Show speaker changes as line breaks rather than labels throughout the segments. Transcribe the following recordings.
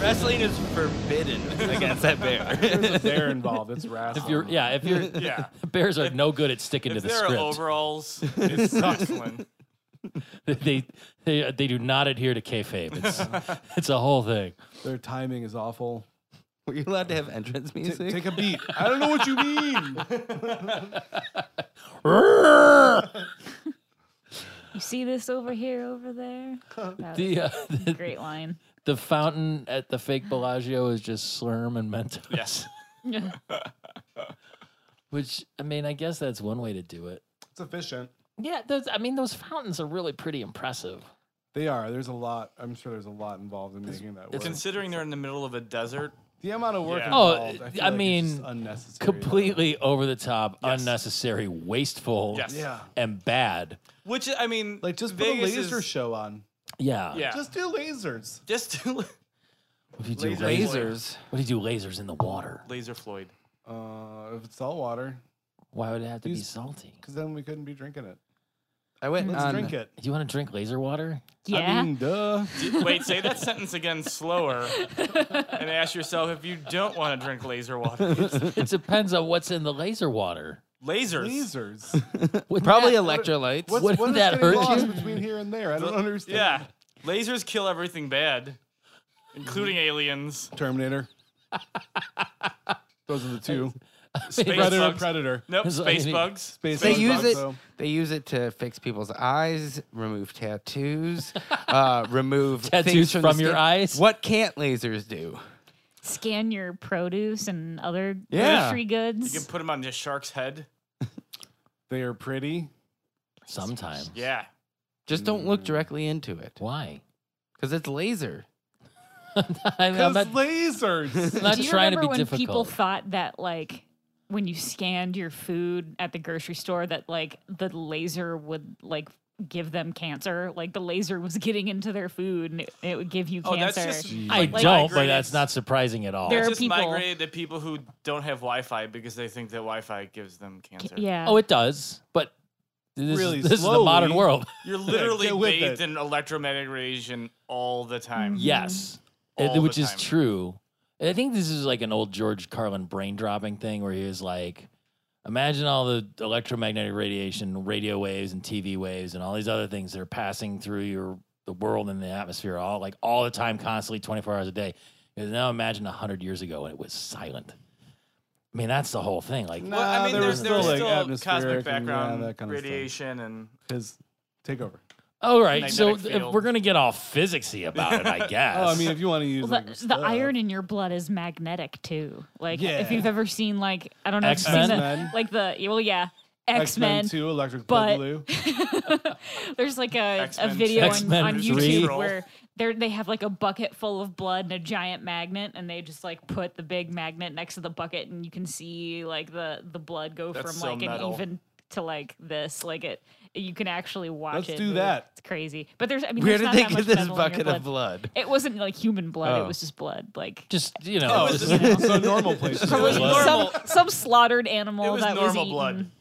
Wrestling is forbidden against that bear.
There's a bear involved. It's wrestling.
If you're, yeah, if you're,
yeah.
bears are no good at sticking
If
to the
there are
script.
overalls,
It's suckling.
they, they, they do not adhere to kayfabe. It's, it's a whole thing.
Their timing is awful.
Were you allowed to have entrance
T-
music?
take a beat. I don't know what you mean.
You see this over here, over there? That was
The, uh,
a
the
great line.
the fountain at the fake Bellagio is just Slurm and Mentos.
yes.
Which I mean, I guess that's one way to do it.
It's efficient.
Yeah, those. I mean, those fountains are really pretty impressive.
They are. There's a lot. I'm sure there's a lot involved in making that work.
Considering they're in the middle of a desert,
the amount of work
Yeah.
Oh,
involved.
I
feel like
mean,
it's just unnecessary.
Completely over the top,
Yes.
unnecessary, wasteful,
Yes.
Yeah.
and bad.
which I mean,
Like just put
Vegas
a laser
is-
show on.
Yeah.
Yeah,
Just do lasers.
just do
What do you do?
Laser
Laser.
Lasers.
What do you do? Lasers in the water.
laser Floyd.
Uh, if it's salt water,
Why would it have to be
Use-
salty?
because then we couldn't be drinking it.
I went
Let's
on.
drink it.
Do you want to drink laser water?
Yeah.
I mean, duh.
D- Wait, say that sentence again slower, and ask yourself if you don't want to drink laser water.
it depends on what's in the laser water.
Lasers.
Lasers.
Wouldn't
Probably
that-
electrolytes.
What's,
Wouldn't
what is
that
getting
hurt
lost
you?
between here and there? I don't understand.
Yeah, lasers kill everything bad, including aliens.
Terminator. Those are the two.
Space
Predator and
bugs.
Predator.
Nope,
It's
space
like-
bugs.
Space
They
bugs
use it.
also.
They use it to fix people's eyes, remove tattoos, uh, remove things
Tattoos
the
from your
skin.
eyes?
What can't lasers do?
Scan your produce and other
Yeah.
grocery
You can
goods.
put them on the shark's head.
They are pretty.
Sometimes.
Yeah.
Just don't
Hmm.
look directly into it,
Why?
because it's laser.
I mean, I'm
Because
not,
lasers.
not
Do you
trying to
remember
be
when
difficult.
people thought that, like, when you scanned your food at the grocery store, that like the laser would like give them cancer? Like the laser was getting into their food and it, it would give you
Oh, that's
cancer.
just.
I
like
don't, but
migrated-
that's not surprising at all.
There
It's
are
just
people-
migrated to people who don't have Wi-Fi because they think that Wi-Fi gives them cancer.
yeah.
Oh, it does, but this,
Really
is, this is the modern
slowly.
world.
You're literally
get with it.
bathed in electromagnetic radiation all the time.
yes,
All
Uh,
the
which is
time.
true. And I think this is like an old George Carlin brain dropping thing where he was like, imagine all the electromagnetic radiation, radio waves, and TV waves, and all these other things that are passing through your the world and the atmosphere all like all the time, constantly, twenty four hours a day. He goes, now imagine hundred years ago when it was silent. I mean, that's the whole thing. Like,
Well, I
Nah,
mean,
there
there's,
was
there's
still, like,
still
atmospheric
cosmic
and, yeah,
background
that kind of stuff.
radiation and
His take over.
all right, so
Magnetic
if
field.
we're gonna get all physicsy about it, I guess.
Oh, I mean, if you want to use
Well,
like,
the, the
stuff.
iron in your blood is magnetic too. Like if
Yeah.
you've ever seen like I don't know, if you've
X-Men?
seen the,
X-Men.
like the well yeah X
X-Men
Men.
2, Electric
but-
Blue.
There's like a, a
X-Men
video on,
X-Men
on
three.
YouTube where they they have like a bucket full of blood and a giant magnet, and they just like put the big magnet next to the bucket, and you can see like the the blood go
That's
from
so
like
metal.
an even to like this. Like it, you can actually watch
Let's
it.
do
move.
that.
It's crazy. But there's I mean,
Where
there's
did
not
they
that
get
much
this
metal in your
bucket of blood?
It wasn't like human blood.
Oh.
It was just blood. Like
just you know,
Oh,
just-
it's just so normal places.
It was
Blood.
normal.
some some slaughtered animal
it was
that
normal
was
blood.
eaten.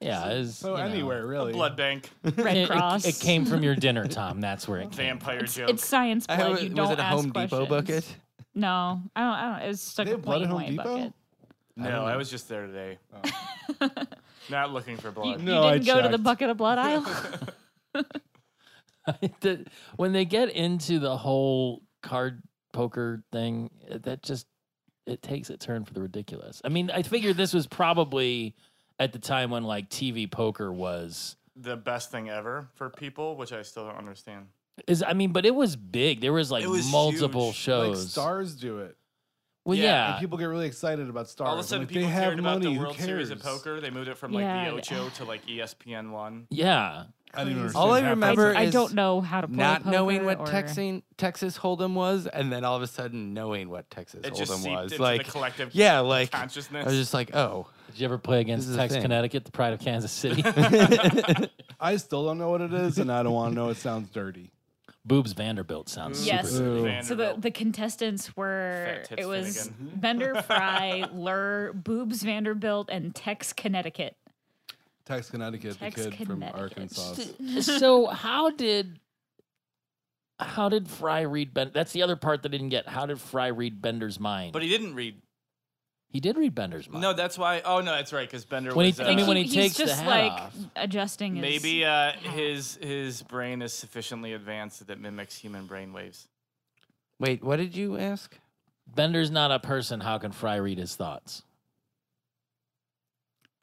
yeah, it's,
So
you know.
anywhere, really.
Blood bank.
Red
It,
Cross.
it, it came from your dinner, Tom. That's where it came.
Vampire joke.
It's science blood.
I was
you don't
it a
ask
Home Depot
questions.
bucket?
No, I don't. I don't. It was stuck
They
a
have blood
plain
at Home
white
Depot?
bucket. um,
no, I was just there today. Oh. Not looking for
You,
blood.
you
No, I
didn't go to the
checked.
bucket of blood aisle.
The- when they get into the whole card poker thing, uh, that just it takes a turn for the ridiculous. I mean, I figure this was probably at the time when like TV poker was
The best thing ever for people, which I still don't understand.
is I mean, but it was big. There was like
It was
multiple
huge.
Like
shows.
stars do it.
well,
yeah,
yeah.
And people get really excited about stars.
All of a sudden,
like,
people
they have
cared about
money.
the
who
World Series of
cares?
Poker. They moved it from like
Yeah.
the Ocho to like E ESPN one.
yeah.
I didn't
Please.
understand
All I
half of
I,
remember- Ever
I
is
don't know how to play
Not
poker
knowing what
or-
Texan, Texas Hold'em was, and then all of a sudden knowing what Texas
It just
Hold'em
seeped
was.
into
Like,
the collective
yeah, like
consciousness.
I was just like, oh,
Did you ever play
is
against
the
Tex
thing.
Connecticut, the pride of Kansas City?
it. I still don't know what it is, and I don't want to know. It sounds dirty.
Boobs Vanderbilt sounds
Yes.
super.
So the, the contestants were
Fat tits
it was
Finnegan.
Bender Fry, Lur, Boobs Vanderbilt, and Tex Connecticut.
Tex Connecticut,
Tex
the kid from
Connecticut.
Arkansas.
so how did how did Fry read Bender? That's the other part that I didn't get. How did Fry read Bender's mind?
But he didn't read.
he did read Bender's mind.
No, that's why. Oh no, that's right. Because Bender
When he-
was.
I
uh,
mean, when he
he's
takes the
just
hat
like
off.
adjusting his
maybe uh, his his brain is sufficiently advanced that it mimics human brain waves.
Wait, what did you ask?
Bender's not a person. How can Fry read his thoughts?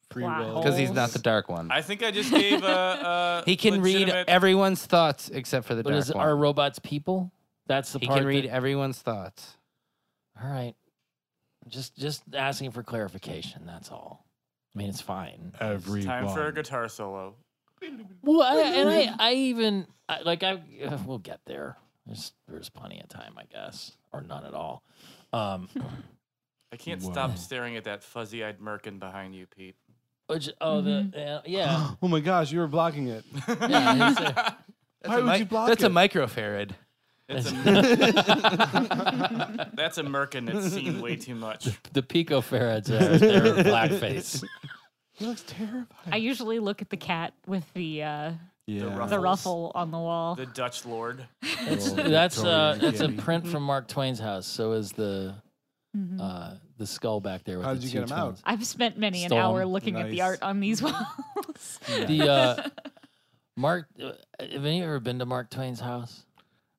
Free
Wow.
will.
Because he's not the dark
Hmm.
one.
I think I just gave a. a
He can read
legitimate-
everyone's thoughts except for the
But
dark
is,
one.
are robots people? That's the
he
part.
can read
that-
everyone's thoughts.
all right. Just just asking for clarification. That's all. I mean, it's fine.
Everyone.
Time for a guitar solo.
Well, I, and I, I even I, like I uh, we'll get there. There's there's plenty of time, I guess, or none at all. Um,
I can't
Wow.
stop staring at that fuzzy-eyed merkin behind you, Pete.
which, oh
Mm-hmm.
the yeah, yeah.
oh my gosh, you were blocking it.
yeah, it's a-
Why would you block
That's
it?
a microfarad.
It's a, that's a merkin that's seen way too much.
the pico ferrets are they're blackface.
He looks terrified.
I usually look at the cat with the uh,
yeah.
the
Ruffles.
ruffle on the wall.
The Dutch lord.
That's
Oh,
that's uh,
Victorian
that's a
kitty.
print from Mark Twain's house. So is the
Mhm.
uh, the skull back there with
How
the
did you
two
get him out?
twins.
I've spent many an
Stole 'em.
hour looking at the
Nice.
art on these walls.
The uh, Mark, uh, have any of you ever been to Mark Twain's house?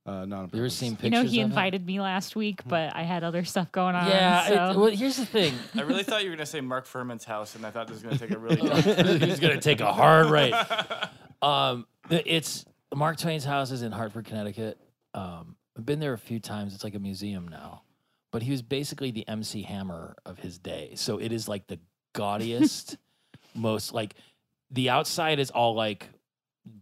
Uh, not on
You ever
purpose.
seen
you
pictures?
know, he
of it?
invited me last week, but I had other stuff going on.
Yeah.
so.
it- well, here's the thing.
I really thought you were gonna say Mark Furman's house, and I thought this was gonna take a really. dark-
He's gonna take a hard right. Um, th- it's Mark Twain's house is in Hartford, Connecticut. Um, I've been there a few times. It's like a museum now. But he was basically the MC Hammer of his day. So it is like the gaudiest, most like the outside is all like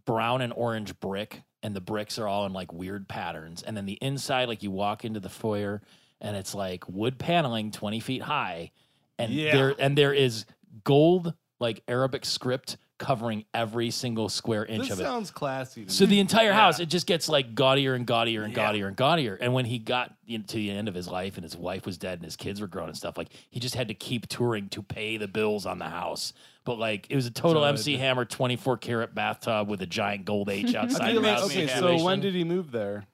brown and orange brick, and the bricks are all in like weird patterns. And then the inside, like you walk into the foyer, and it's like wood paneling twenty feet high, and
Yeah.
there and there is gold like Arabic script covering every single square inch
This
of it.
sounds classy. To
So
me.
the entire house, it just gets like gaudier and gaudier and gaudier and gaudier. And when he got in- to the end of his life and his wife was dead and his kids were grown and stuff, like he just had to keep touring to pay the bills on the house. But like it was a total
Good.
MC Hammer 24 carat bathtub with a giant gold H
I
outside.
feel
of the
like-
house
okay,
situation.
so when did he move there?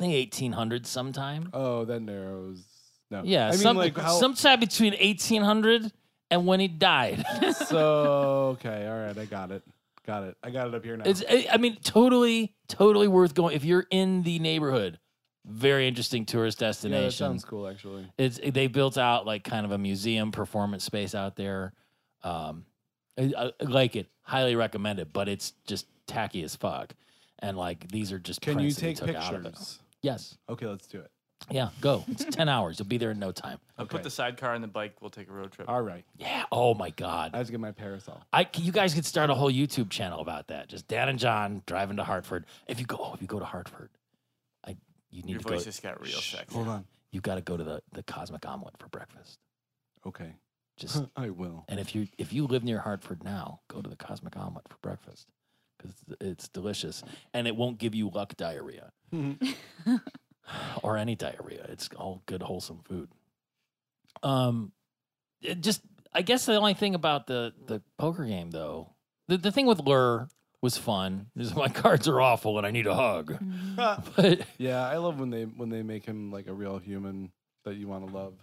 I think 1800 sometime.
Oh, that narrows. No.
Yeah,
I mean,
some,
like how?
sometime between 1800 and when he died.
so okay, all right, I got it, got it, I got it up here now.
It's, I I mean, totally, totally worth going if you're in the neighborhood. Very interesting tourist
yeah,
destination.
that sounds cool actually.
it's they built out like kind of a museum performance space out there. Um, I, I like it, highly recommend it, but it's just tacky as fuck. And like these are just
Can you
prints that they
take
took out of it.
pictures?
Yes,
Okay, let's do it.
yeah, go. It's ten hours. You'll be there in no time.
I'll put the sidecar on the bike. We'll take a road trip.
All right,
Yeah. Oh my
I
god.
have to get my parasol.
I c- you guys could start a whole YouTube channel about that. Just Dan and John driving to Hartford. If you go, oh, if you go to Hartford, I you need
Your
to go.
voice just got real
Shh.
sexy.
Hold on.
you got to go to the the Cosmic Omelet for breakfast.
Okay,
Just
I will.
And if you if you live near Hartford now, go to the Cosmic Omelet for breakfast because it's, it's delicious and it won't give you luck diarrhea or any diarrhea. It's all good wholesome food. Um, it just I guess the only thing about the the poker game though, the the thing with Lur was fun. Is my cards are awful and I need a hug, but
yeah, I love when they when they make him like a real human that you want to love.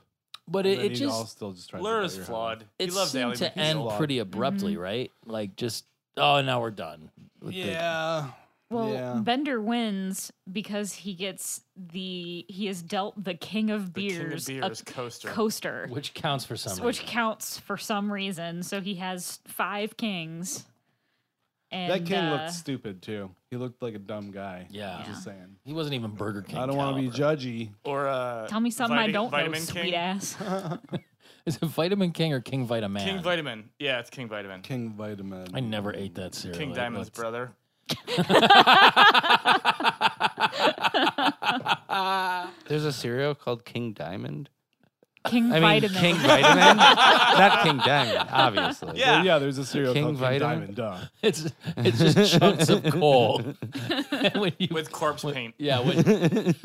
but
And
it,
then
it
he
just
all still just tries to
Lur
bite
is
your head
flawed.
it
he loves
seemed
Allie
to
McBeal.
end
lot.
pretty abruptly, right? Like just oh now we're done.
off.
with the-
Yeah.
Well,
yeah.
Bender wins because he gets the he is dealt the king of
The King
beers,
of
a
Beers coaster.
coaster,
which counts for some
which
reason.
counts for some reason. So he has five kings. And,
that king
uh,
looked stupid too. He looked like a dumb guy.
Yeah.
I'm just saying.
He wasn't even Burger King.
I don't want to be
caliber.
judgy.
or uh,
Tell me something I
Vita-
don't know,
Vitamin King?
sweet ass.
Is it Vitamin King or King Vitamin?
King Vitamin. Yeah, it's King Vitamin.
King Vitamin.
I never ate that cereal.
King
It
Diamond's
looked-
brother.
There's a cereal called King Diamond.
King
I mean,
vitamin.
King Vitamin, not King Diamond, obviously.
Yeah.
Well, yeah, there's a cereal
King
called King
Vitamin?
Diamond. Duh.
It's it's just chunks of coal. And when you-
With corpse paint.
yeah, when, wouldn't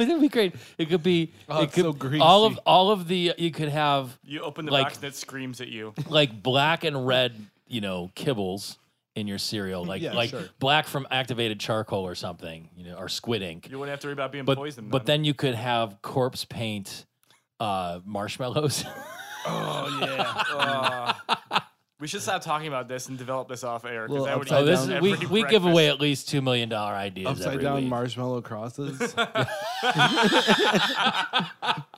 it be great? It could be.
Oh,
it
it's
could,
so greasy.
All of all of the you could have
You open the
Like-
box and it screams at you.
like black and red, you know, kibbles in your cereal, like
Yeah,
like
sure.
black from activated charcoal or something, you know, or squid ink.
You wouldn't have to worry about being
But
poisoned.
but then you could have corpse paint uh, marshmallows.
oh yeah. Oh. we should stop talking about this and develop this off air because
Little
that would
upside
oh,
eat
this is,
every
we we give
breakfast.
away at least two million dollar ideas
Upside
every
down
week.
marshmallow crosses, which are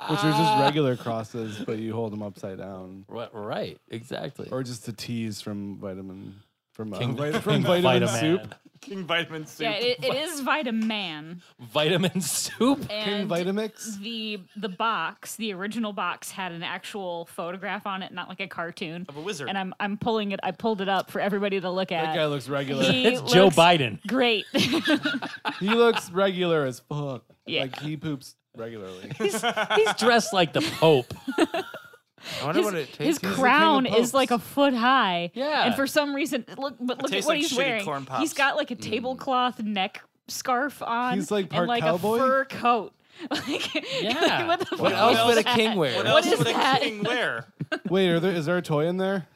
just regular crosses, but you hold them upside down,
Ri- right, exactly.
or just the teas from vitamin from uh,
King-
vit- from vitamin
Vitaman.
soup,
King vitamin soup.
Yeah, it, it is Vitaman.
vitamin soup.
King
And
Vitamix.
the the box, the original box had an actual photograph on it, not like a cartoon.
Of a wizard.
And I'm I'm pulling it I pulled it up for everybody to look
That guy
at.
looks regular.
He
It's Joe
looks
Biden.
Great.
he looks regular as fuck.
Yeah.
Like he poops regularly.
He's, he's dressed like the Pope.
I wonder
his
what it
his
tastes like.
crown is like a foot high.
Yeah.
And for some reason, look, but look at
tastes
what
like
he's
shitty
wearing.
corn pops.
He's got like a tablecloth neck scarf on.
Mm. He's, like, part
and like
cowboy?
a fur coat. Like,
Yeah.
what the
What
fuck
else
is
would a
that?
king wear?
what else
is
would a
that?
king wear?
Wait, are there, is there a toy in there?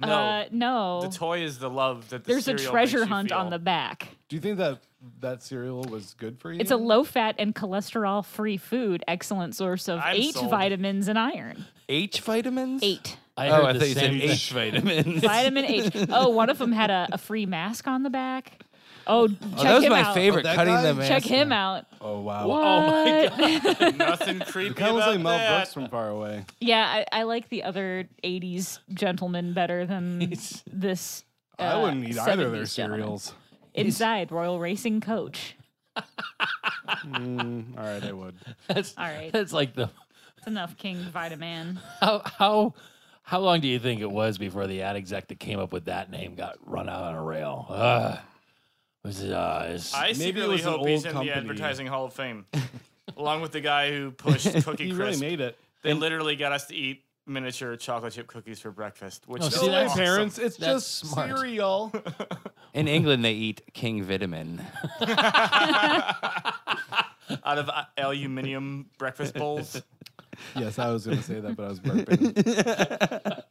No.
Uh, no.
the toy is the love that the
There's a
cereal
treasure
makes you
hunt
feel.
on the back.
Do you think that that cereal was good for you?
It's a low fat and cholesterol free food, excellent source of
I'm
eight
sold.
vitamins and iron.
H vitamins?
Eight.
I heard
Oh, I
the
thought you said
same thing.
H vitamins.
Vitamin H. Oh, one of them had a, a free mask on the back. Oh, check
Oh, that was
him
my
out.
favorite,
that
cutting
guy?
them.
Check him out.
Oh wow.
Oh my
What?
Nothing creepy
Kind of
about
looks like Mel
that.
Brooks from far away.
Yeah, I, I like the other '80s gentleman better than
He's-
this.
I
uh,
wouldn't eat either of their
70s gentleman.
cereals.
Inside Royal Racing Coach.
Mm, all right, I would.
That's
All right.
That's like the
That's enough, King Vitaman.
how how how long do you think it was before the ad exec that came up with that name got run out on a rail? Ugh. Was it, uh, it's-
I
Maybe it
secretly
was an
hope he's
old
in
company.
the advertising hall of fame, along with the guy who pushed Cookie
He really
Crisp.
made it.
they literally got us to eat miniature chocolate chip cookies for breakfast, which
Oh,
is
see,
Hey,
that's-
awesome.
parents, it's
that's
just
smart.
cereal.
In England, they eat king vitamin.
out of uh, aluminium breakfast bowls.
yes, I was going to say that, but I was burping.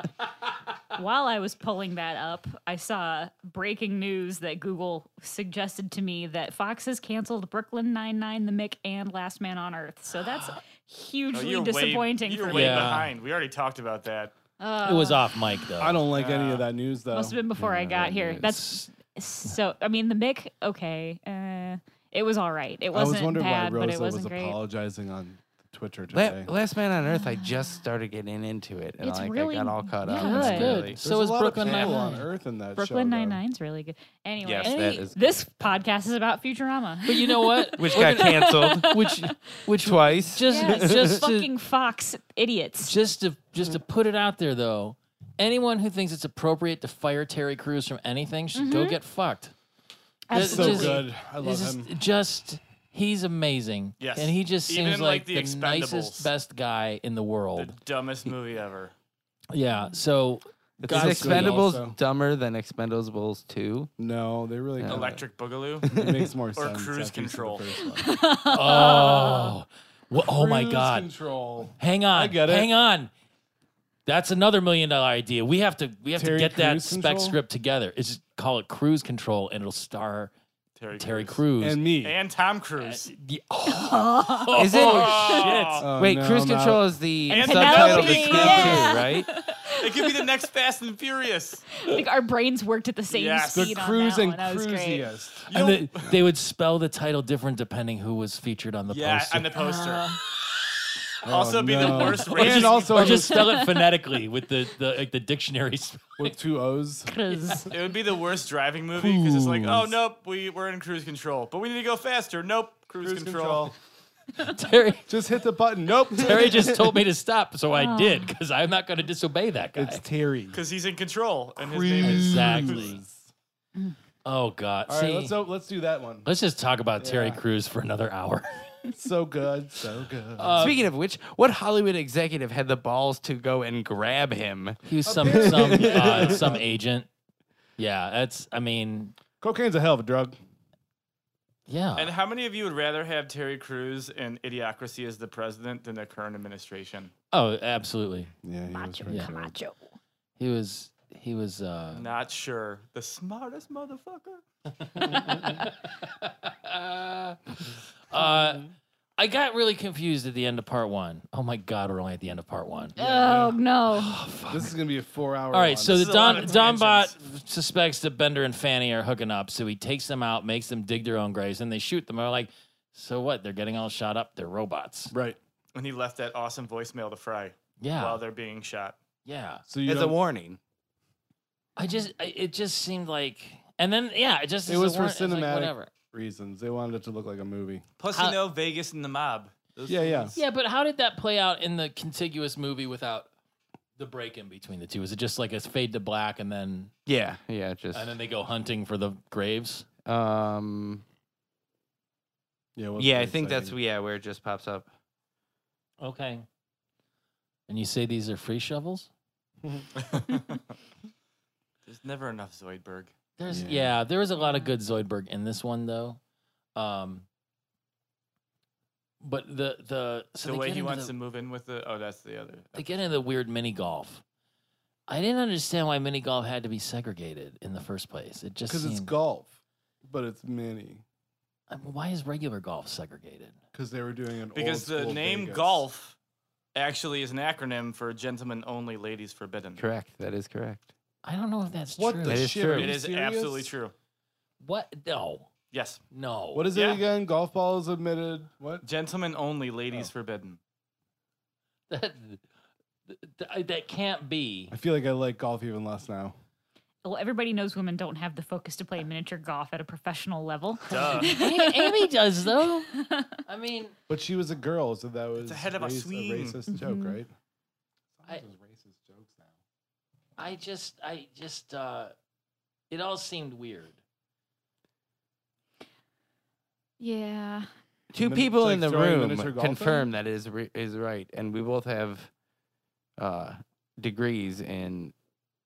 While I was pulling that up, I saw breaking news that Google suggested to me that Fox has canceled Brooklyn Nine-Nine, The Mick, and Last Man on Earth. So that's
Oh,
hugely
you're
disappointing
Way,
for
you're
me.
way
Yeah.
behind. We already talked about that.
it was off mic though.
I don't like any of that news though.
Must have been before I got here. That's so. I mean, the Mick, okay, uh, it was all right. It
I
wasn't
was wondering
bad,
why
but it
Rosa was
wasn't great.
apologizing on Twitter today.
La- Last Man on Earth, I just started getting into it, and
It's
like,
really
I got all caught
good.
up.
That's
It's
good.
really-
So is
There's a lot of
Brooklyn
people
Nine-Nine.
on Earth in that show,
Brooklyn
though.
Nine Nine's really good. Anyway,
Yes,
Any-
that is.
this podcast is about Futurama.
But you know what?
Which
We're
got canceled.
which
Which twice?
just
Yeah,
just to,
fucking Fox idiots.
just to just
Mm-hmm.
to put it out there though, anyone who thinks it's appropriate to fire Terry Crews from anything should go get fucked. That's
So
Absolutely.
Just-
good. Mm-hmm. I love
This is
him.
just he's amazing.
Yes.
And he just
Even
seems
in,
like,
like,
the,
The
nicest,
Expendables.
best guy in the
The
world.
dumbest movie ever.
yeah. So
Is
God's good
Expendables
also.
dumber than Expendables 2?
No, they really don't.
Electric Boogaloo.
It makes more sense.
Cruise
after you see the
Control.
first one.
oh, Wha- oh my
Cruise
God.
Control.
Hang on.
get it.
Hang on. That's another million dollar idea. We have to we have
Terry
to get that
Crews
spec
control?
script together. It's just call it cruise control and it'll star
Terry,
Terry
Crews.
Crews.
And me.
And Tom Cruise.
Yeah. Oh,
Is it?
shit.
Oh,
Wait,
no,
Cruise
I'm out.
Control is the
And
subtitle to
Penelope,
Scooby
yeah.
too, right?
it could be the next Fast and Furious.
like our brains worked at the same
Yes. The
speed
the
on
cruise
that
and
one. That was great.
cruisiest.
And they, they would spell the title different depending who was featured on the
Yeah,
poster.
and the poster. also, be
Uh, Oh, no.
the worst.
And
racist-
also-
or just spell it phonetically with the, the like the dictionary. spell.
With two O's.
Cruise.
It would be the worst driving movie because it's like, oh nope, we we're in cruise control, but we need to go faster. Nope, cruise,
Cruise
control.
control.
Terry
Just hit the button. Nope.
Terry just told me to stop, so I did because I'm not going to disobey that guy.
It's Terry.
because he's in control and his name is.
exactly. Oh God!
All
See,
right, let's
let's,
o- let's do that one.
just talk about Terry
Yeah.
Crews for another hour.
So good, so good.
Speaking of which, what Hollywood executive had the balls to go and grab him?
He was some some uh, some agent. Yeah, that's. I mean,
Cocaine's a hell of a drug.
yeah.
And how many of you would rather have Terry Crews and Idiocracy as the president than the current administration?
oh, absolutely.
Yeah, he was
Macho
pretty good.
Camacho.
He was. He was uh,
Mm.
Not sure. The smartest motherfucker.
uh I got really confused at the end of part one. Oh my god, we're only at the end of part one.
Oh no.
This is gonna be a four-hour.
All right, so
This
the
is a lot
Don
of
Donbot suspects that Bender and Fanny are hooking up, so he takes them out, makes them dig their own graves, and they shoot them. They're like, so what? They're getting all shot up. They're robots.
right.
And he left that awesome voicemail to Fry
Yeah,
while they're being shot.
yeah.
So you
it's a
don't-
warning.
I just, I, it just seemed like, and then yeah, it just
It
is a
was for
warrant. It's like,
cinematic
whatever.
reasons. They wanted it to look like a movie.
Plus,
How-
you know Vegas and the mob. Those
Yeah, yeah.
things-
Yeah, but how did that play out in the contiguous movie without the break in between the two? Is it just like a fade to black and then
Yeah, yeah, just
and then they go hunting for the graves?
um
Yeah. it wasn't
yeah, I
very
think that's
exciting.
yeah, where it just pops up.
Okay. And you say these are free shovels?
There's never enough Zoidberg.
There's yeah.
Yeah.
there was a lot of good Zoidberg in this one though. Um but the the so
the
they
way
get
he
into
wants
the-
to move in with the. Oh, that's the other.
they get into the weird mini golf. I didn't understand why mini golf had to be segregated in the first place. It just
because it's
seemed-
golf, but it's mini.
I mean, why is regular golf segregated?
Because they were doing an
Because the
old-school
name
Vegas.
golf actually is an acronym for gentlemen only, ladies forbidden.
Correct. That is correct.
I don't know if that's
What
true.
the
That is
shit?
true.
Are
It
It
you
is
serious?
absolutely true.
What? No,
Yes.
no.
What is
Yeah.
it again? Golf ball is admitted. What?
Gentlemen only, ladies
Oh.
forbidden.
that? That, that can't be.
I feel like I like golf even less now.
Well, everybody knows women don't have the focus to play miniature golf at a professional level.
Duh.
Amy, Amy does though. I mean,
But she was a girl, so that was
a head of a
race-
swing.
racist joke,
Mhm.
right?
I-
Sometimes there's racist jokes now.
I just, I just, uh it all seemed weird.
yeah.
Two
Min-
people
like
in the
throwing
room
miniature golf
confirm that is re- is right, and we both have uh, degrees in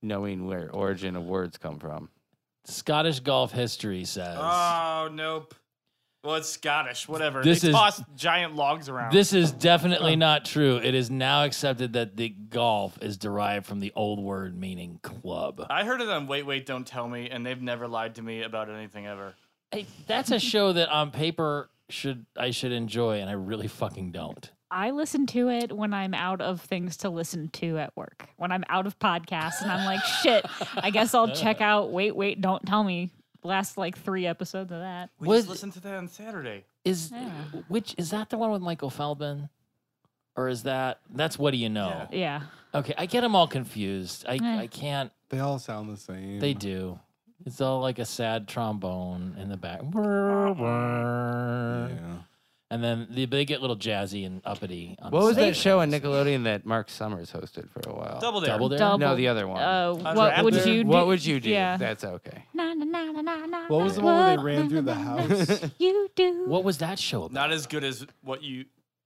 knowing where origin of words come from.
Scottish golf history says
Oh nope. Well, it's Scottish. Whatever.
This
they
is-
toss giant logs around.
this is definitely not true. It is now accepted that the golf is derived from the old word meaning club.
I heard it on Wait Wait Don't Tell Me, and they've never lied to me about anything ever.
Hey, that's a show that on paper should I should enjoy, and I really fucking don't.
I listen to it when I'm out of things to listen to at work. When I'm out of podcasts and I'm like, shit, I guess I'll check
Uh.
out Wait, Wait, Don't Tell Me. Last like three episodes of that.
We
Was-
just listened to that on Saturday.
Is
Yeah.
which is that the one with Michael Feldman, or is that that's what do you know?
Yeah.
Okay, I get them all confused. I
Eh.
I can't.
They all sound the same.
They do. It's all like a sad trombone in the back,
Yeah.
and then they, they get little jazzy and uppity. On the
What was
side
that show on
things.
Nickelodeon that Mark Summers hosted for a while?
Double Dare.
Double Dare.
Double-
No, the other one.
Uh,
was
what would
after-
you do?
what would you do?
Yeah.
That's okay.
Na, na, na, na, na, na,
What was
na,
the one where they
what
ran
na,
through
na,
the
na,
house?
na, You do.
What was that show about?
Not as good as what you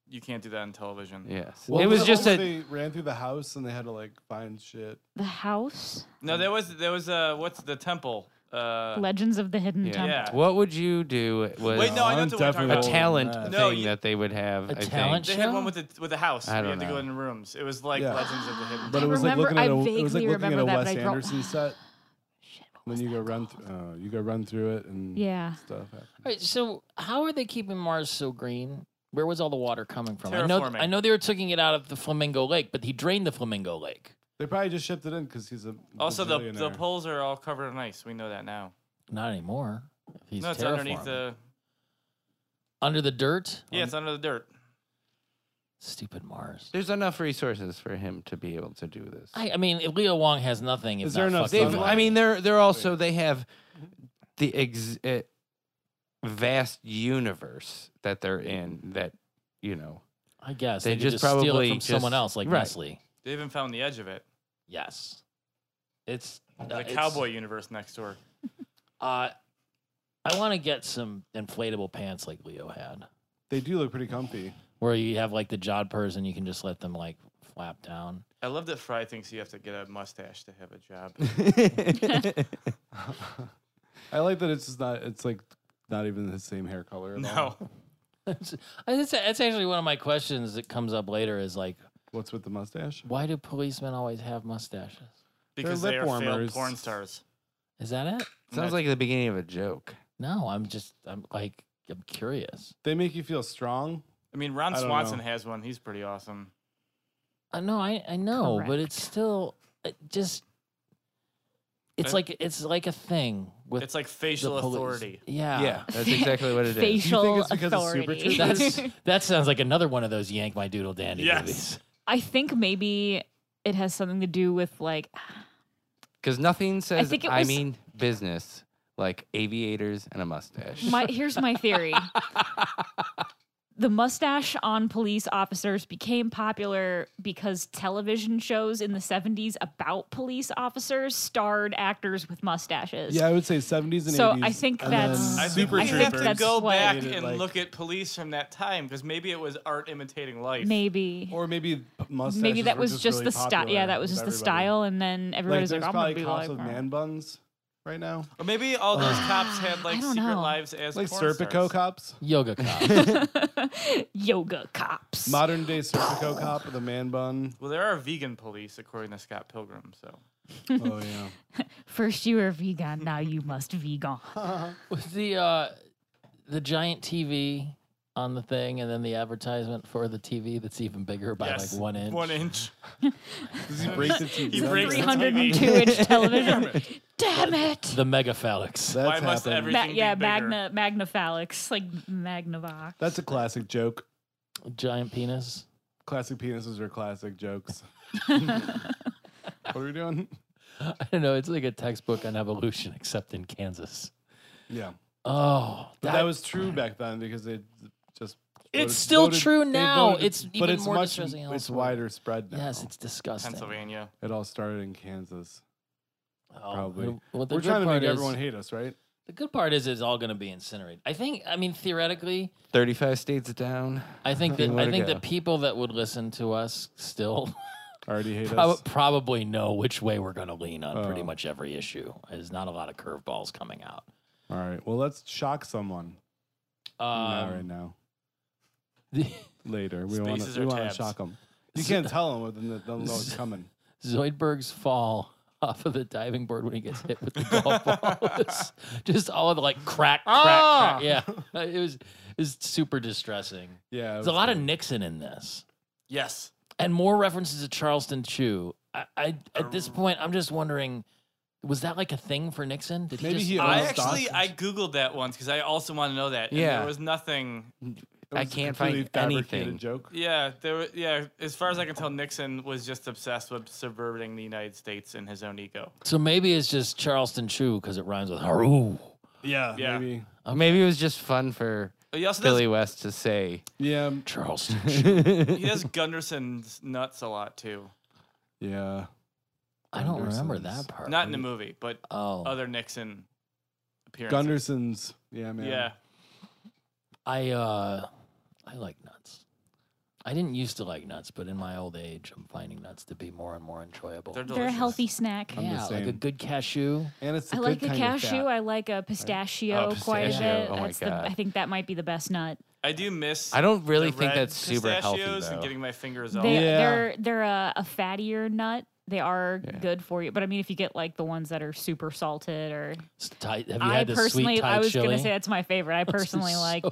you can't do that on television.
Yes.
What
it was
the
just
one
a.
where They ran through the house and they had to like find shit.
The house?
No, there was there was uh what's the temple? Uh
Legends of the Hidden
yeah.
Temple.
Yeah.
What would you do? Was
Wait, no, I know
Oh, I'm
the one you're talking
definitely
a
about.
older than
talent
that.
No,
thing
you-
that they would have.
A
I think.
talent
They had
show?
one with the with the house.
I
where you
don't
had to
know.
go in rooms. It was like
Yeah.
Legends of the Hidden.
But
I
it was
remember-
like looking at
I
a, it was like
vaguely
looking at
remember
a
that,
Wes
but I don't-
Anderson set.
Shit, what
And
was
then you
that
go run,
called?
th- uh, you go run through it and
Yeah.
stuff.
All right, so how are they keeping Mars so green? Where was all the water coming from? I know,
Terraforming.
I know they were taking it out of the Flamingo Lake, but he drained the Flamingo Lake.
They probably just shipped it in because he's a
also the the
bajillionaire.
poles are all covered in ice. We know that now.
Not anymore. He's
no, it's underneath
terraforming.
the
under the dirt.
Yeah,
Um,
it's under the dirt.
stupid Mars.
There's enough resources for him to be able to do this.
I, I mean, if Leo Wong has nothing. If
Is there
not
enough
fucking
They've,
Some
I
money.
mean, they're they're also they have the ex- uh, vast universe that they're in. That you know,
I guess
they
they,
just
just, probably steal it
probably
from someone
just-
else, like
right.
Nestle.
They even found the edge of it.
Yes, it's
The
uh, it's-
cowboy universe next door.
Uh, I want to get some inflatable pants like Leo had,
They do look pretty comfy.
where you have like the jodhpurs and you can just let them like flap down.
I love that Fry thinks you have to get a mustache to have a job.
I like that it's just not. It's like not even the same hair color. At all.
no.
that's, that's that's actually one of my questions that comes up later. Is like,
What's with the mustache?
why do policemen always have mustaches?
because
lip
they are failed
warmers.
porn stars.
Is that it?
That's-
Sounds like the beginning of a joke.
No, I'm just I'm like I'm curious.
They make you feel strong.
I mean, Ron
I don't
Swanson
know.
has one. He's pretty awesome.
I know Uh, I I know, but
Correct.
it's still it just it's
I-
like it's like a thing with
Uh, It's like
the
facial
police.
authority.
Yeah.
yeah, that's exactly what it is.
Facial
it's because of Super
authority.
Troopers?
That's that sounds like another one of those Yank My Doodle Dandy
Yes.
movies.
I think maybe it has something to do with like
Because nothing says
think it
I
was-
mean business like aviators and a mustache.
my here's my theory. The mustache on police officers became popular because television shows in the 70s about police officers starred actors with mustaches.
Yeah, I would say 70s and
So
80s.
I think
and
that's-
then
I think
Super
we have
Troopers.
to
that's
go
what-
back
Made it
and
like-
look at police from that time because maybe it was art imitating life.
Maybe.
Or maybe mustaches.
Maybe that
were
was just
really
the style.
popular
Yeah, that was
with
just the
everybody.
style, and then
Like,
everybody's
there's
like, "I'm gonna
probably
be
cops
like."
with
"Oh."
man buns right now,
Or maybe all those cops had
I
like
don't
secret
know.
lives as
like
porn
Serpico
stars.
cops,
Yoga cop.
Yoga cops.
modern day Serpico cop with a man bun.
Well, there are vegan police according to Scott Pilgrim. So
Oh yeah.
First you were vegan, now you must vegan.
was the uh the giant TV on the thing and then the advertisement for the TV that's even bigger by
yes,
like one inch.
One inch.
Does he break the TV?
He
That's-
breaks the
302
TV.
inch television. Damn it!
The mega phallics.
That's
Why must
happened.
every-
Ma-
Everything
yeah,
be bigger.
magna magnafalix, like magnavox.
That's a classic joke.
giant penis.
Classic penises are classic jokes. what are we doing?
I don't know. It's like a textbook on evolution, except in Kansas.
Yeah,
Oh,
but that, was true back then because they just. voted-
It's still
voted-
true
they
now.
voted-
it's even
but it's
more
much.
distressing.
It's
elsewhere.
wider spread now.
Yes, it's disgusting.
Pennsylvania.
it all started in Kansas.
Oh,
probably.
well, the
We're
good
trying to
part
make
is-
everyone hate us, right?
The good part is, it's all going to be incinerated. I think. I mean, theoretically,
Thirty-five states down.
I think that
Let
I
it
think
go.
the people that would listen to us still
Already hate
prob-
us.
probably know which way we're going to lean on pretty
Oh.
much every issue. There's not a lot of curveballs coming out.
All right. Well, let's shock someone. not right
Um,
now. Later. We want
Spaces
to. We
or
want to
tabs?
shock them. You can't tell them, but then they'll- they'll know it's coming.
Zoidberg's fall off of the diving board when he gets hit with the golf ball. just, just all of the like crack, crack,
Ah!
crack. Yeah, Uh, it was it was super distressing.
Yeah.
There's a lot of Nixon in this,
Yes.
and more references to Charleston Chew. I, I at this point, I'm just wondering, was that like a thing for Nixon? Did
Maybe
just
he
I
Those
actually
sausage.
I googled that once because I also want to know that. and
Yeah.
There was nothing.
I can't find anything.
Joke.
Yeah. There. wa- Yeah. As far as I can tell, Nixon was just obsessed with subverting the United States and his own ego.
so maybe it's just Charleston Chew because it rhymes with Haru.
Yeah.
Yeah.
Maybe.
Maybe it was just fun for
But he also does,
Billy West to say.
Yeah.
Charleston Chew.
he does Gunderson's nuts a lot too.
Yeah.
I don't remember
Anderson's.
that part.
Not in the movie, but
Oh,
other Nixon appearances.
Gunderson's. Yeah, man.
Yeah.
I uh I like nuts. I didn't used to like nuts, but in my old age, I'm finding nuts to be more and more enjoyable.
They're
They're a
delicious.
healthy snack.
I'm the
yeah, like a
same.
good cashew.
And it's.
I
a
like
good
a
kind of
cashew.
fat.
I like a pistachio,
Oh,
quite a
pistachio.
bit.
Oh my
That's
God.
The, I think that might be the best nut.
I do miss.
I don't really
the
think
red
that's super healthy
pistachios
though.
And getting my fingers all.
They,
Yeah.
They're they're a, a fattier nut. They are
Yeah.
good for you, but I mean, if you get like the ones that are super salted, or
It's Thai, have you
I
had the
personally,
sweet Thai
I was
chili?
gonna say that's my favorite. I personally
so
like the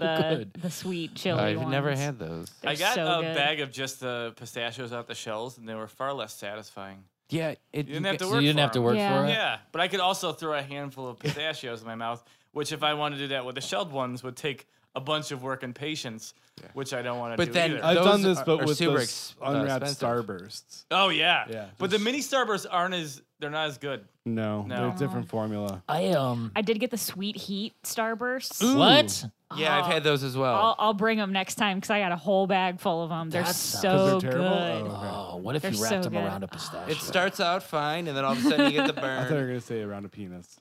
good.
the sweet chili.
I've never
ones.
had those.
They're
I got
so
a
good.
bag of just the pistachios out the shells, and they were far less satisfying.
Yeah, it,
You didn't have
get-
to
so you didn't
for
have to
them.
work
Yeah.
for it.
Yeah, but I could also throw a handful of pistachios in my mouth, which if I wanted to do that with the shelled ones would take a bunch of work and patience, which I don't want to
But
do
then-
either.
I've
Those
done this,
are-
but
are
with
super
those
ex- uh,
unwrapped
expensive.
starbursts.
oh yeah.
Yeah,
But the mini Starbursts aren't as they're not as good.
No,
No.
they're a different formula.
I um
I did get the sweet heat starbursts.
what?
yeah, I've had those as well.
I'll, I'll bring them next time because I got a whole bag full of them. They're
That sounds-
'Cause
so
they're
good.
terrible? Oh.
Oh, what if
They're
you wrapped
so
them
good.
around a pistachio?
it starts out fine, and then all of a sudden you get the
I thought you were
burn.
gonna say around a penis.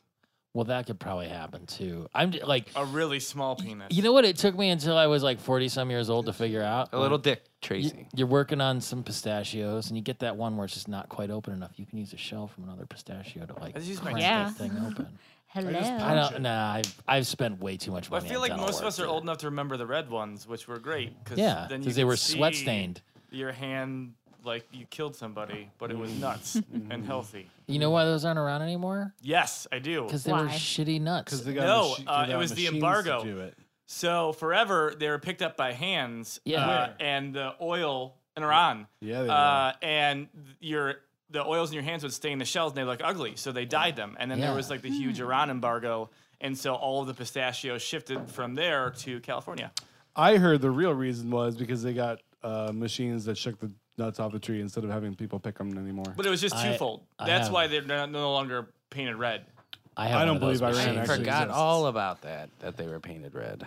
well, that could probably happen too. I'm j- like,
A really small penis.
you know what? It took me until I was like 40 some years old to figure out.
A little
Like,
dick
you-
tracing.
You're working on some pistachios, and you get that one where it's just not quite open enough. You can use a shell from another pistachio to like
I just use my
crank
Yeah.
that thing open.
Hello.
I don't. Nah, I've I've spent way too much
I
money.
feel
on
like
dental
most of
work
us are
that-
old enough to remember the red ones, which were great. Cause
Yeah,
then you
because they
could
were sweat
see
stained.
Your hand like you killed somebody, but it was
Mm.
nuts
Mm-hmm.
and healthy.
You know why those aren't around anymore?
Yes, I do.
Because they were
Why?
shitty nuts.
Because they got
No,
machi- they
uh, it
got
was the
machines to
embargo.
do it.
So forever they were picked up by hands.
Yeah.
uh, and the oil in Iran.
Yeah, they
uh, and th- your the oils in your hands would stain the shells and they look ugly, so they dyed them. And then
Yeah.
there was like the huge Iran embargo, and so all of the pistachios shifted from there to California.
I heard the real reason was because they got uh, machines that shook the nuts off the tree instead of having people pick them anymore.
But it was just
I-
twofold.
I
That's
have-
why they're no no longer painted red.
I, have
I
one
don't
of those
believe Iran
I
Brand
machines.
actually
forgot
exists.
all about that. That they were painted red.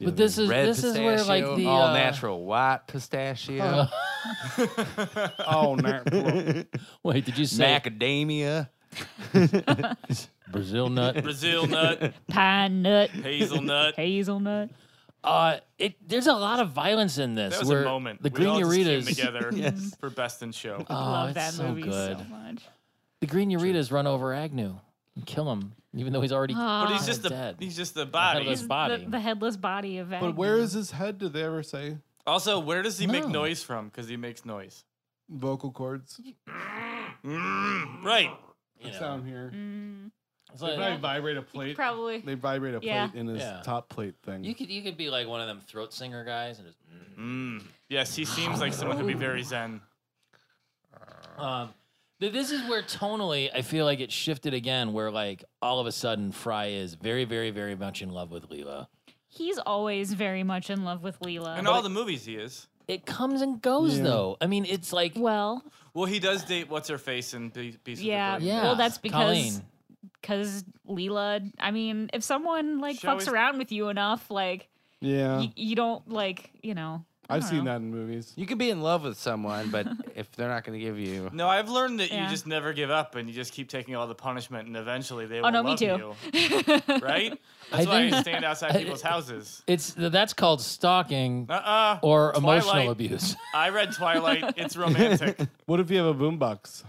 But this is
Red
this is
pistachio,
where like the
all
uh,
natural white pistachio,
oh, nah.
Wait, did you say
macadamia.
Brazil nut?
Brazil nut,
Pine nut,
hazelnut.
hazelnut.
Uh, it there's a lot of violence in this.
That was
where
a moment.
The
we
Green
all just came
Yuritas.
together for best in show.
Oh,
Love
it's
that
so
movie
good.
so much.
The Green Yuritas run over Agnew and kill him, even though he's already.
but
Ah.
he's just the
dead.
he's just the
headless
body.
The-
body.
The, headless body of
but
Agnew.
where is his head? Did they ever say
Also, where does he make
No.
noise from? Because he makes noise.
vocal cords?
Mm, right.
you know.
Down here,
Mm,
It's
they
like-
probably vibrate a plate.
probably.
They vibrate a plate
Yeah.
in his
Yeah.
top plate thing.
you could you could be like one of them throat singer guys and just.
Mm. Yes, he seems like someone who'd be very zen.
Um, th- this is where tonally, I feel like it shifted again, where like all of a sudden Fry is very, very, very much in love with Leela.
He's always very much in love with
Uh,
Leela.
In all the movies, he is.
It comes and goes
Yeah.
though. I mean, it's like
well,
Well, he does date what's her face in Be- Beast
Yeah.
of the Burden.
yeah.
Well, that's because-
Colleen.
because Leela, I mean, if someone like
She
fucks
always-
around with you enough, like
yeah,
you, you don't like, you know. I
I've
don't
seen
know.
that in movies.
You could be in love with someone, but if they're not going to give you,
No, I've learned that
Yeah.
you just never give up and you just keep taking all the punishment, and eventually they will
Oh, no, me
love
too.
you. Right? That's why
think-
I stand outside people's houses.
It's that's called stalking
Uh uh
or emotional
Twilight.
abuse.
I read Twilight. It's romantic
What if you have a boombox?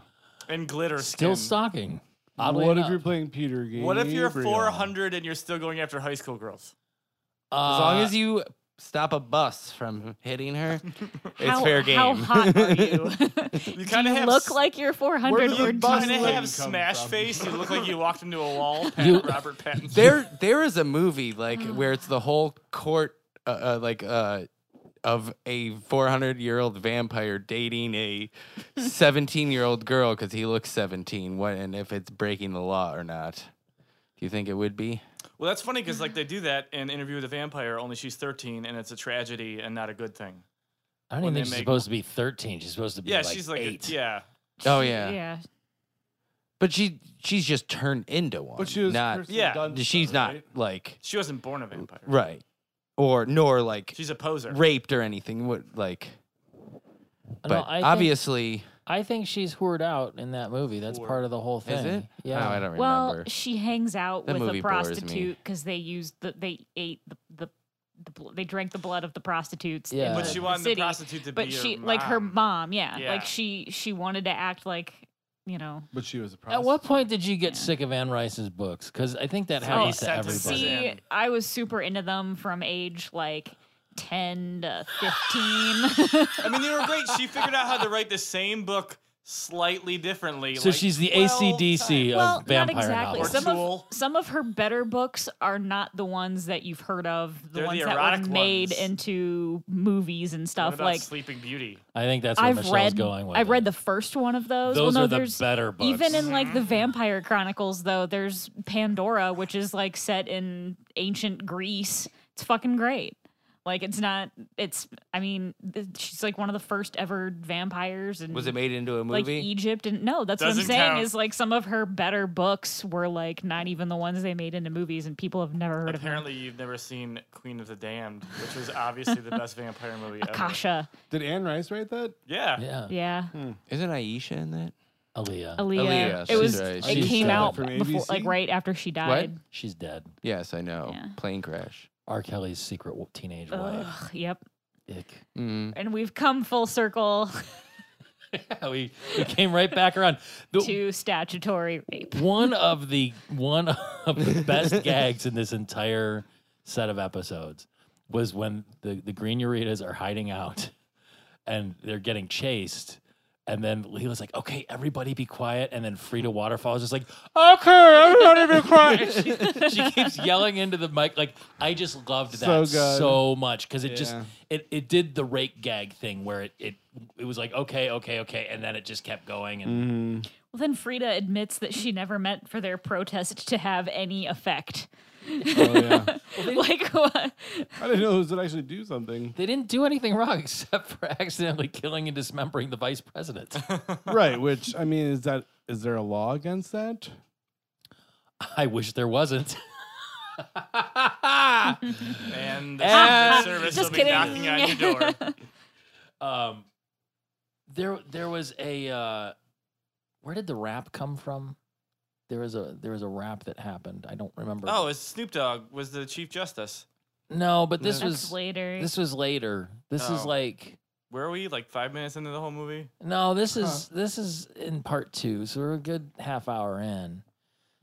and glitter
Still
skin.
stalking. Oddly
What if
enough.
you're playing Peter Gabriel?
What if you're 400 and you're still going after high school girls?
as long
Uh,
as you stop a bus from hitting her, it's
how,
fair game.
How hot are you?
You
Do
kind of
you
have
look
s-
like you're
Where
400
did
or
the
you
bus
kind of
lane
have
come
smash
from?
face. You look like you walked into a wall. Pat,
You-
Robert Pattinson.
there there is a movie like where it's the whole court uh, uh, like uh of a 400 year old vampire dating a 17 year old girl because he looks 17 what and if it's breaking the law or not do you think it would be
Well, that's funny because like they do that in Interview with a Vampire, only she's 13, and it's a tragedy and not a good thing.
I don't even
when they
think she's
make-
supposed to be 13. She's supposed to be
Yeah,
like
she's like, a-
eight.
yeah,
oh yeah.
Yeah.
but she she's just turned into one
But she was
not
Kirsten
Yeah.
Dunst,
she's
though,
not
right?
like
she wasn't born a vampire.
right or nor like
She's a poser.
raped or anything what like
No,
but
I think-
obviously
I think she's whored out in that movie. That's
Whored.
part of the whole thing.
is it
Yeah.
oh, i don't remember
Well, she hangs out
That
with
movie
a
bores me.
prostitute because they used the they ate the the, the bl- they drank the blood of the prostitutes.
Yeah.
in
But
the,
she
Uh, the
wanted the
city.
prostitute to
But
be
she
her
like her
mom.
mom. Yeah.
Yeah.
like she she wanted to act like you know.
But she was a prostitute.
At what point did you get
Yeah.
sick of Anne Rice's books? Because I think that
Oh,
happens to
sentence.
everybody.
See,
Roseanne.
I was super into them from age like ten to fifteen.
I mean, they were great. She figured out how to write the same book slightly differently.
So
like,
she's the
12
ACDC
times.
of
well, not
vampire
exactly.
novels.
Some of
Ritual.
some of her better books are not the ones that you've heard of. The
They're the
ones that
erotic
were made
ones.
into movies and
What
stuff.
about
like
Sleeping Beauty.
I think that's where
I've
Michelle's
read
going with.
I read
it.
the first one of those.
Those
well, no,
are the
there's
better books.
even in like the Vampire Chronicles though. There's Pandora, which is like set in ancient Greece. It's fucking great. Like it's not. It's I mean, th- she's like one of the first ever vampires and
was it made into a
like
movie
Egypt and no, that's what I'm
Doesn't
saying
count.
is like some of her better books were like not even the ones they made into movies and people have never heard
Apparently, you've never seen Queen of the Damned, which was obviously the best vampire movie
of
ever.
them. Kasha.
Did Anne Rice write that?
Yeah.
yeah,
Yeah.
Isn't Aisha in that?
Hmm. Aaliyah,
Aaliyah.
Aaliyah,
It was
she's right.
it
She's
came
dead.
out
From
before,
ABC?
like right after she died.
she's dead.
Yes, I know.
Yeah.
Plane crash.
R. Kelly's secret w- teenage wife.
Ugh, yep.
Ick.
Mm.
And we've come full circle
we, we came right back around. The-
to statutory rape.
one of the one of the best gags in this entire set of episodes was when the, the green Uritas are hiding out and they're getting chased. And then he was like, okay, everybody be quiet. And then Frida Waterfall is just like, okay, everybody be quiet. she, she keeps yelling into the mic. Like, I just loved
So
that so,
good.
much because it just,
Yeah.
it, it did the rake gag thing where it, it, it was like, okay, okay, okay. And then it just kept going. And
Well, then Frida admits that she never meant for their protest to have any effect.
Oh, yeah.
like, what?
I didn't know it would actually do something.
they didn't do anything wrong except for accidentally killing and dismembering the vice president.
right, which I mean is that is there a law against that?
I wish there wasn't.
And the
And-
secret service
Ah, Just
will be
kidding.
knocking on your door.
um, there there was a uh, where did the rap come from? There was a there was a rap that happened. I don't remember.
Oh, it's Snoop Dogg was the Chief Justice.
no, but this
That's
was
later.
this was later. This is
Oh.
like
Where are we? Like five minutes into the whole movie?
no, this is this is in part two, so we're a good half hour in.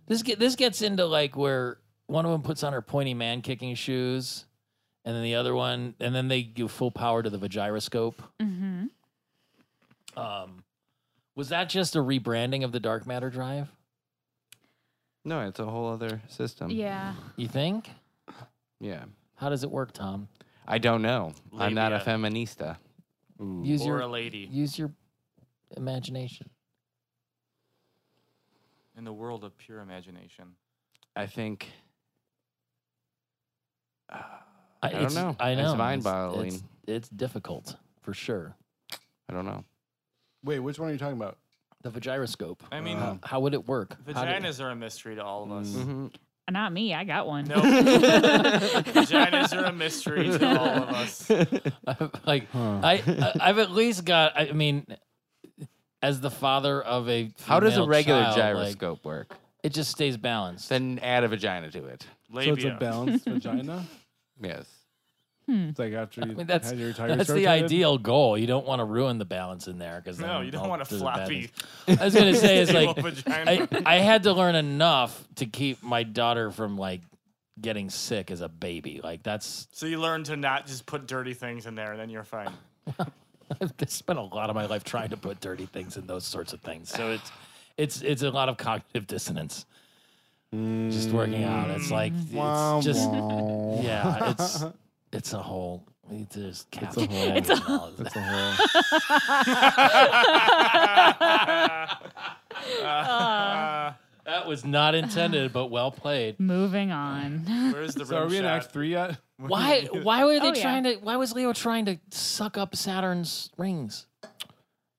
This get this gets into like where one of them puts on her pointy man kicking shoes, and then the other one, and then they give full power to the gyroscope.
hmm
Um, was that just a rebranding of the dark matter drive?
No, it's a whole other
Um,
system.
Yeah.
You think?
Yeah.
How does it work, Tom?
I don't know. I'm not a
Labia.
feminista.
Use
or
your
a lady
use your imagination.
in the world of pure imagination.
I think uh,
I,
don't
it's-
know.
I
It's
know.
mind-boggling.
It's, it's difficult for sure.
I don't know.
Wait, which one are you talking about?
The gyroscope.
I mean,
Wow.
How would it work? How did-
vaginas are a mystery to all of us.
Not me. I got one.
No, vaginas are a mystery to all of us.
like
Huh.
I, I, I've at least got. I mean, as the father of a
How does a
female
regular
child, like,
gyroscope work?
it just stays balanced.
Then add a vagina to it.
So
Labia.
it's a balanced vagina.
Yes.
It's like after you
I mean, that's
had your tires
that's the
rotated?
ideal goal. You don't want to ruin the balance in there because
No, you don't want a floppy.
I was gonna say it's
stable
like
vagina.
I, I had to learn enough to keep my daughter from like getting sick as a baby. Like that's
so you learn to not just put dirty things in there, and then you're fine.
I've spent a lot of my life trying to put dirty things in those sorts of things. So it's it's it's a lot of cognitive dissonance. Just working out. It's like
Wah,
it's just
wah.
yeah, it's it's a whole it's just it's a whole,
It's a whole-
that was not intended but well played.
Moving on.
Where's the
So are
rim
we in
shot?
Act Three yet?
Why why were they
Oh, yeah.
trying to why was Leo trying to suck up Saturn's rings?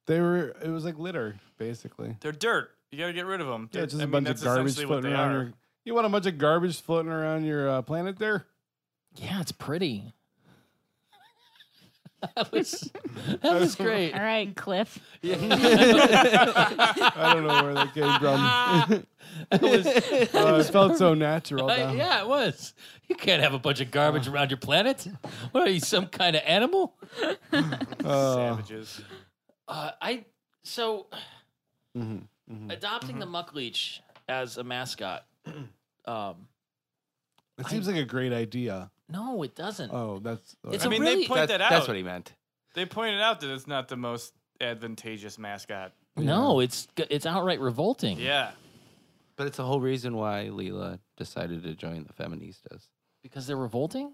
They were. It was like litter, basically.
They're dirt. You gotta get rid of them.
Yeah, just
a
a bunch of garbage floating around. Your, you want a bunch of garbage floating around your uh, planet there?
Yeah, it's pretty. that was that was great.
All right, Cliff.
I don't know where that came from. Uh, it felt so
Uh,
natural.
I-
though.
yeah, it was. You can't have a bunch of garbage around your planet. What are you, some kind of animal?
Uh,
Savages.
Uh, I so
mhm, mhm.
adopting the muck leech as a mascot. Um,
It seems like a great idea.
no, it doesn't.
Oh, that's.
It's
I
a
mean,
really-
they point
that's,
that out.
that's what he meant.
They pointed out that it's not the most advantageous mascot.
no, it's it's outright revolting.
Yeah.
But it's the whole reason why Leela decided to join the feministas
because they're revolting.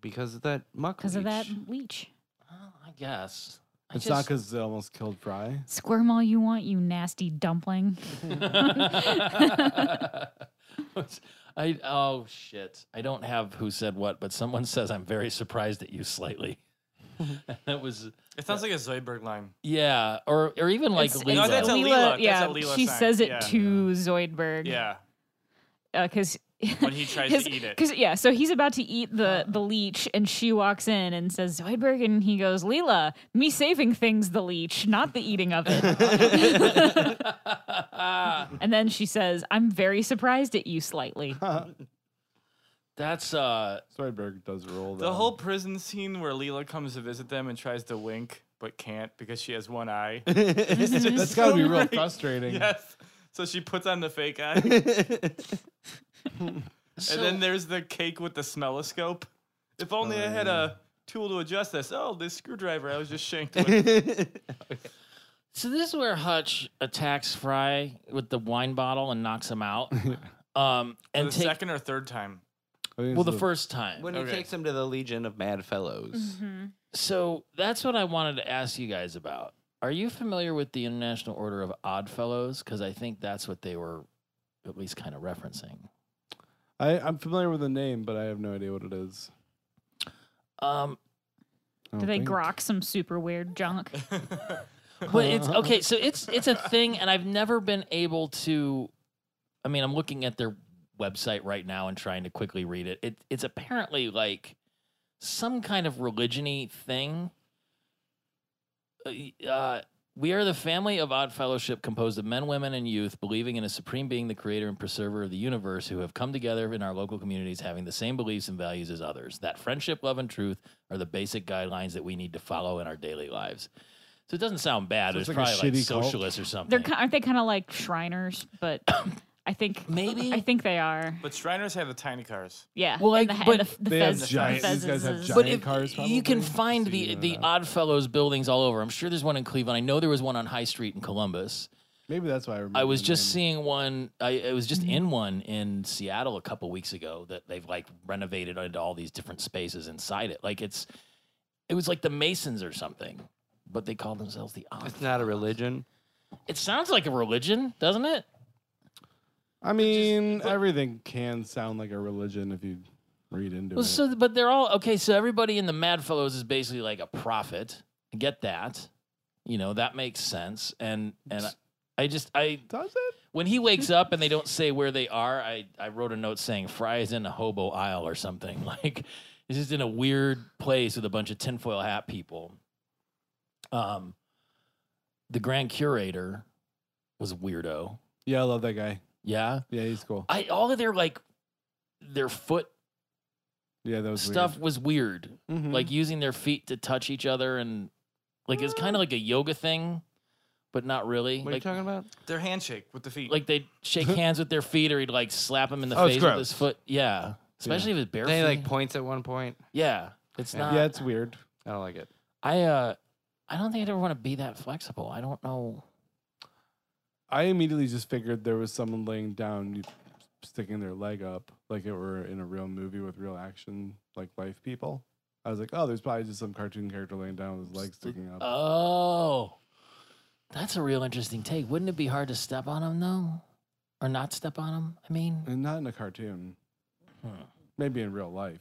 because of that muck.
Because of that
leech.
leech.
Oh, I guess. I
It's not
just-
because it almost killed Fry.
Squirm all you want, you nasty dumpling.
I oh shit! I don't have who said what, but someone says I'm very surprised at you slightly. that was
It sounds like a Zoidberg line.
yeah, or or even like
It's-
Lilo.
No, that's a Leela- that's a
yeah,
Leela
she
sign.
says it
Yeah.
to Zoidberg. uh,
Yeah.
because
When he tries to eat it. Uh.
Because yeah, so he's about to eat the the leech, and she walks in and says Zoidberg, and he goes, "Leela, me saving things the leech, not the eating of it." and then she says, "I'm very surprised at you slightly."
that's uh
Zoidberg does roll.
The
though.
whole prison scene where Leela comes to visit them and tries to wink but can't because she has one eye.
mhm.
that's got to be real frustrating.
yes. So she puts on the fake eye. and
so-
Oh,
then there's the cake with the smelloscope. If only I had a tool to adjust this. Oh, this screwdriver I was just shanked with.
So this is where Hutch attacks Fry with the wine bottle and knocks him out. um, and
the
take,
second or third time.
I think
well
this
the
is
first time.
When
Okay.
he takes him to the Legion of Mad Fellows.
Oh,
Mhm.
So that's what I wanted to ask you guys about. Are you familiar with the International Order of Odd Fellows? Because I think that's what they were at least kind of referencing.
I, I'm familiar with the name, but I have no idea what it is. I
Um,
Do
don't
they
think.
grok some super weird junk?
but it's okay. So it's it's a thing, and I've never been able to. I mean, I'm looking at their website right now and trying to quickly read it. it it's apparently like some kind of religiony thing. Uh, y- Uh, we are the family of odd fellowship composed of men, women, and youth believing in a supreme being, the creator and preserver of the universe, who have come together in our local communities having the same beliefs and values as others. That friendship, love, and truth are the basic guidelines that we need to follow in our daily lives. So it doesn't sound bad.
So
it's
it's like a
probably like
shitty cult?
socialists or
They're
something.
ki- aren't they kind of like Shriners? But I think
Maybe.
I think they are.
But Shriners have the tiny cars.
Yeah.
Well,
and
like,
the, and
but-
the, the
They have
fez-
giant-
the
these guys have
fezzes.
giant-
but
Dining
if,
cars
you
probably?
can find
So you
the
know
the
that.
Odd Fellows buildings all over. I'm sure there's one in Cleveland. I know there was one on High Street in Columbus.
Maybe that's why I remember.
I was
the
just
name.
seeing one. I, I was just in one in Seattle a couple weeks ago that they've like renovated into all these different spaces inside it. Like it's, it was like the Masons or something, but they called themselves the Odd.
It's not a religion.
It sounds like a religion, doesn't it?
I mean, everything can sound like a religion if you read into
Well,
it.
so but they're all okay. So everybody in the Mad Fellows is basically like a prophet. I get that. You know that makes sense. And and I, I just I
Does it?
when he wakes up and they don't say where they are, I, I wrote a note saying Fry is in a hobo aisle or something. Like he's just in a weird place with a bunch of tinfoil hat people. Um, the grand curator was a weirdo.
Yeah, I love that guy.
Yeah,
Yeah, he's cool.
I all of their like their foot
Yeah, that was
stuff was weird.
Weird.
Hmm.
Mhm.
Like using their feet to touch each other and like it's kind of like a yoga thing, but not really.
What
like,
are you talking about?
Their handshake with the feet.
like they'd shake hands with their feet or he'd like slap him in the
Oh, it's
face with
gross.
his foot. Yeah. Especially if it's bare
They
feet.
like points at one point.
yeah. It's
Yeah.
not
Mm-hmm. yeah, it's weird.
I don't like it.
I uh I don't think I'd ever want to be that flexible. I don't know.
I immediately just figured there was someone laying down, sticking their leg up, like it were in a real movie with real action, like life people. I was like, oh, there's probably just some cartoon character laying down with his leg sticking
uh,
up.
Oh. That's a real interesting take. Wouldn't it be hard to step on him though? Or not step on him? I mean,
and not in a cartoon.
Hmm.
Maybe in real life.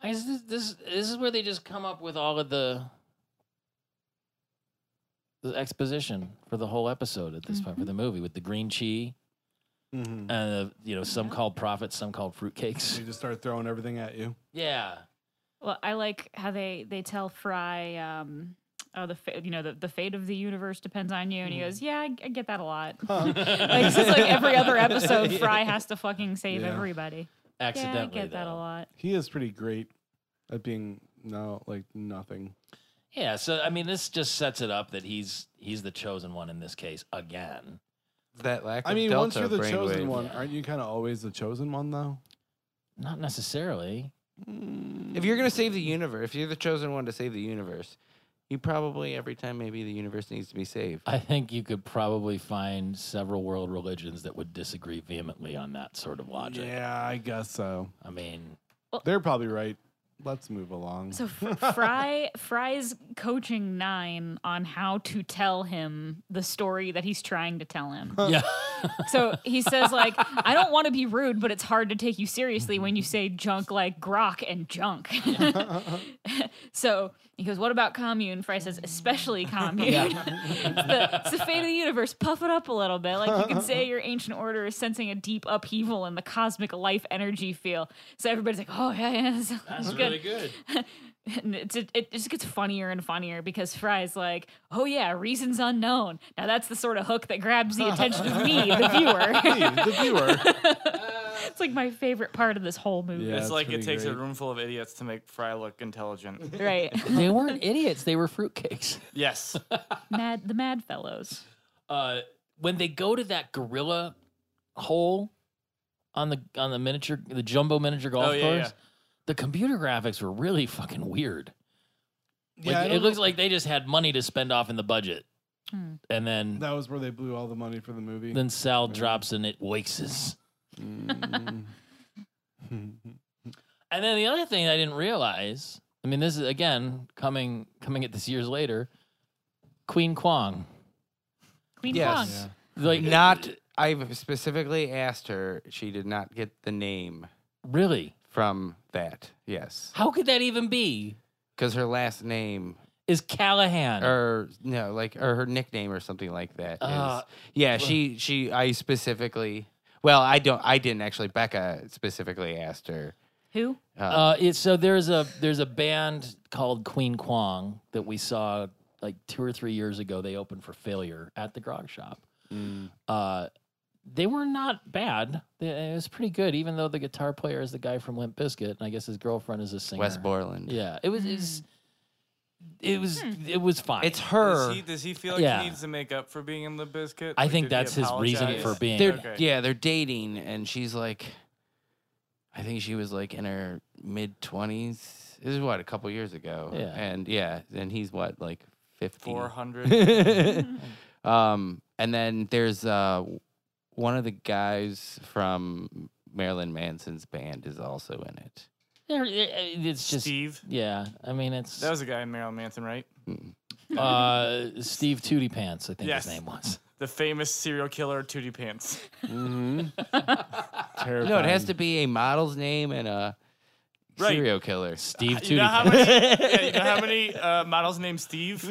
I guess this, this this is where they just come up with all of the the exposition for the whole episode at
Mm-hmm.
this point for the movie with the green chi
Mm-hmm.
and uh, you know some called prophets, some called
They
fruitcakes.
just start throwing everything at you.
Yeah,
Well, I like how they they tell Fry, um, oh the fa- you know the, the fate of the universe depends on you, and
Hmm.
he goes, yeah, I, I get that a lot. like it's just like every other episode, Fry has to fucking save
Yeah.
everybody. Yeah, I
accidentally.
get that a
though.
lot.
He is pretty great at being no like nothing.
Yeah, so I mean, this just sets it up that he's he's the chosen one in this case again.
That lack of
I mean,
delta
once you're the
brainwave.
chosen one,
Yeah.
aren't you kind of always the chosen one though?
Not necessarily.
If you're gonna save the universe, if you're the chosen one to save the universe, you probably every time maybe the universe needs to be saved.
I think you could probably find several world religions that would disagree vehemently on that sort of logic.
Yeah, I guess so.
I mean,
They're probably right. Let's move along.
So Fr- Fry Fry's coaching Nine on how to tell him the story that he's trying to tell him.
yeah.
So he says like, I don't want to be rude, but it's hard to take you seriously when you say junk like grok and junk. so he goes, What about commune? Fry says, especially commune. it's, the, it's the fate of the universe. Puff it up a little bit. Like you can say your ancient order is sensing a deep upheaval in the cosmic life energy field. So everybody's like, Oh yeah, yeah. That's, good.
good.
And it's, it, it just gets funnier and funnier because Fry's like, oh yeah, reasons unknown. Now that's the sort of hook that grabs the attention of me, the viewer.
Hey, the viewer.
it's like my favorite part of this whole movie.
Yeah.
it's
it's
like it
pretty
takes a
great.
room full of idiots to make Fry look intelligent.
Right.
They weren't idiots. They were fruitcakes.
yes.
mad the mad fellows.
Uh, when they go to that gorilla hole on the on the miniature, the jumbo miniature golf
Oh, yeah,
course,
yeah.
the computer graphics were really fucking weird. Like,
Yeah, I
it
don't
looks like they just had money to spend off in the budget,
Hmm.
and then
That was where they blew all the money for the movie.
then Sal drops and it wakes us.
Mm.
And then the other thing I didn't realize, I mean, this is again coming coming at this years later, Queen Kwong.
Queen
Yes.
Kwong.
Yeah.
Like
Not. I've specifically asked her. She did not get the name
really.
from that. Yes,
How could that even be?
because her last name
Is Callahan?
or no, like or her nickname or something like that. is-
Uh,
yeah, she she I specifically. Well, I don't. I didn't actually. Becca specifically asked her.
Who?
uh, it's so there's a there's a band called Queen Kwong that we saw like two or three years ago. They opened for Failure at the Grog Shop.
Mm.
Uh, they were not bad. They, it was pretty good, even though the guitar player is the guy from Limp Bizkit, and I guess his girlfriend is a singer.
West Borland.
uh, Yeah, it was. It's, it was. It was fine.
It's her.
Does he, does he feel like
Yeah.
he needs to make up for being in the biscuit?
I
Like,
think
did he
that's his reason
apologize?
for being.
They're
Okay.
yeah, they're dating, and she's like, I think she was like in her mid twenties. This is what a couple years ago.
Yeah.
and yeah, and he's what like fifty.
400.
um, and then there's uh, one of the guys from Marilyn Manson's band is also in it.
They're- It's just.
Steve.
Yeah, I mean it's
That was a guy in Marilyn Manson, right?
uh, Steve Tootie Pants. I think
Yes.
his name was.
The famous serial killer Tootie Pants.
Terrifying.
No, it has to be a model's name and a
Right.
serial killer.
Steve Tootie
You know how
Pants.
many, yeah, you know how many uh, models named Steve?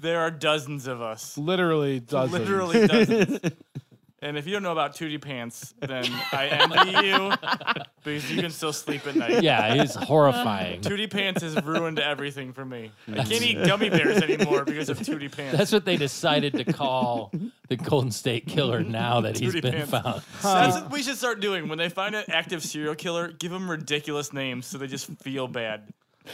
There are dozens of us.
literally dozens.
Literally dozens. And if you don't know about Tootie Pants, then I envy you because you can still sleep at night.
yeah, he's horrifying.
Tootie Pants has ruined everything for me. I can't eat gummy bears anymore because of Tootie Pants.
That's what they decided to call the Golden State Killer now that he's
Tootie
been
Pants.
found.
That's what we should start doing. When they find an active serial killer, give them ridiculous names so they just feel bad.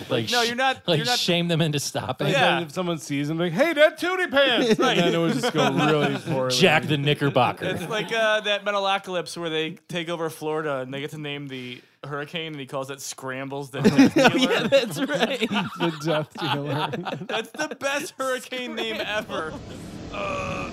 Like
no,
sh-
you're not-
Like
you're not-
shame them into stopping.
And
Yeah.
then if someone sees them, like, hey, that tootie pants.
Right.
And then it would just go really poorly.
Jack the Knickerbocker.
It's like uh, that Metalocalypse where they take over Florida and they get to name the hurricane and he calls it Scrambles. The Death Dealer.
That's right.
the death dealer.
That's the best hurricane name ever. Uh,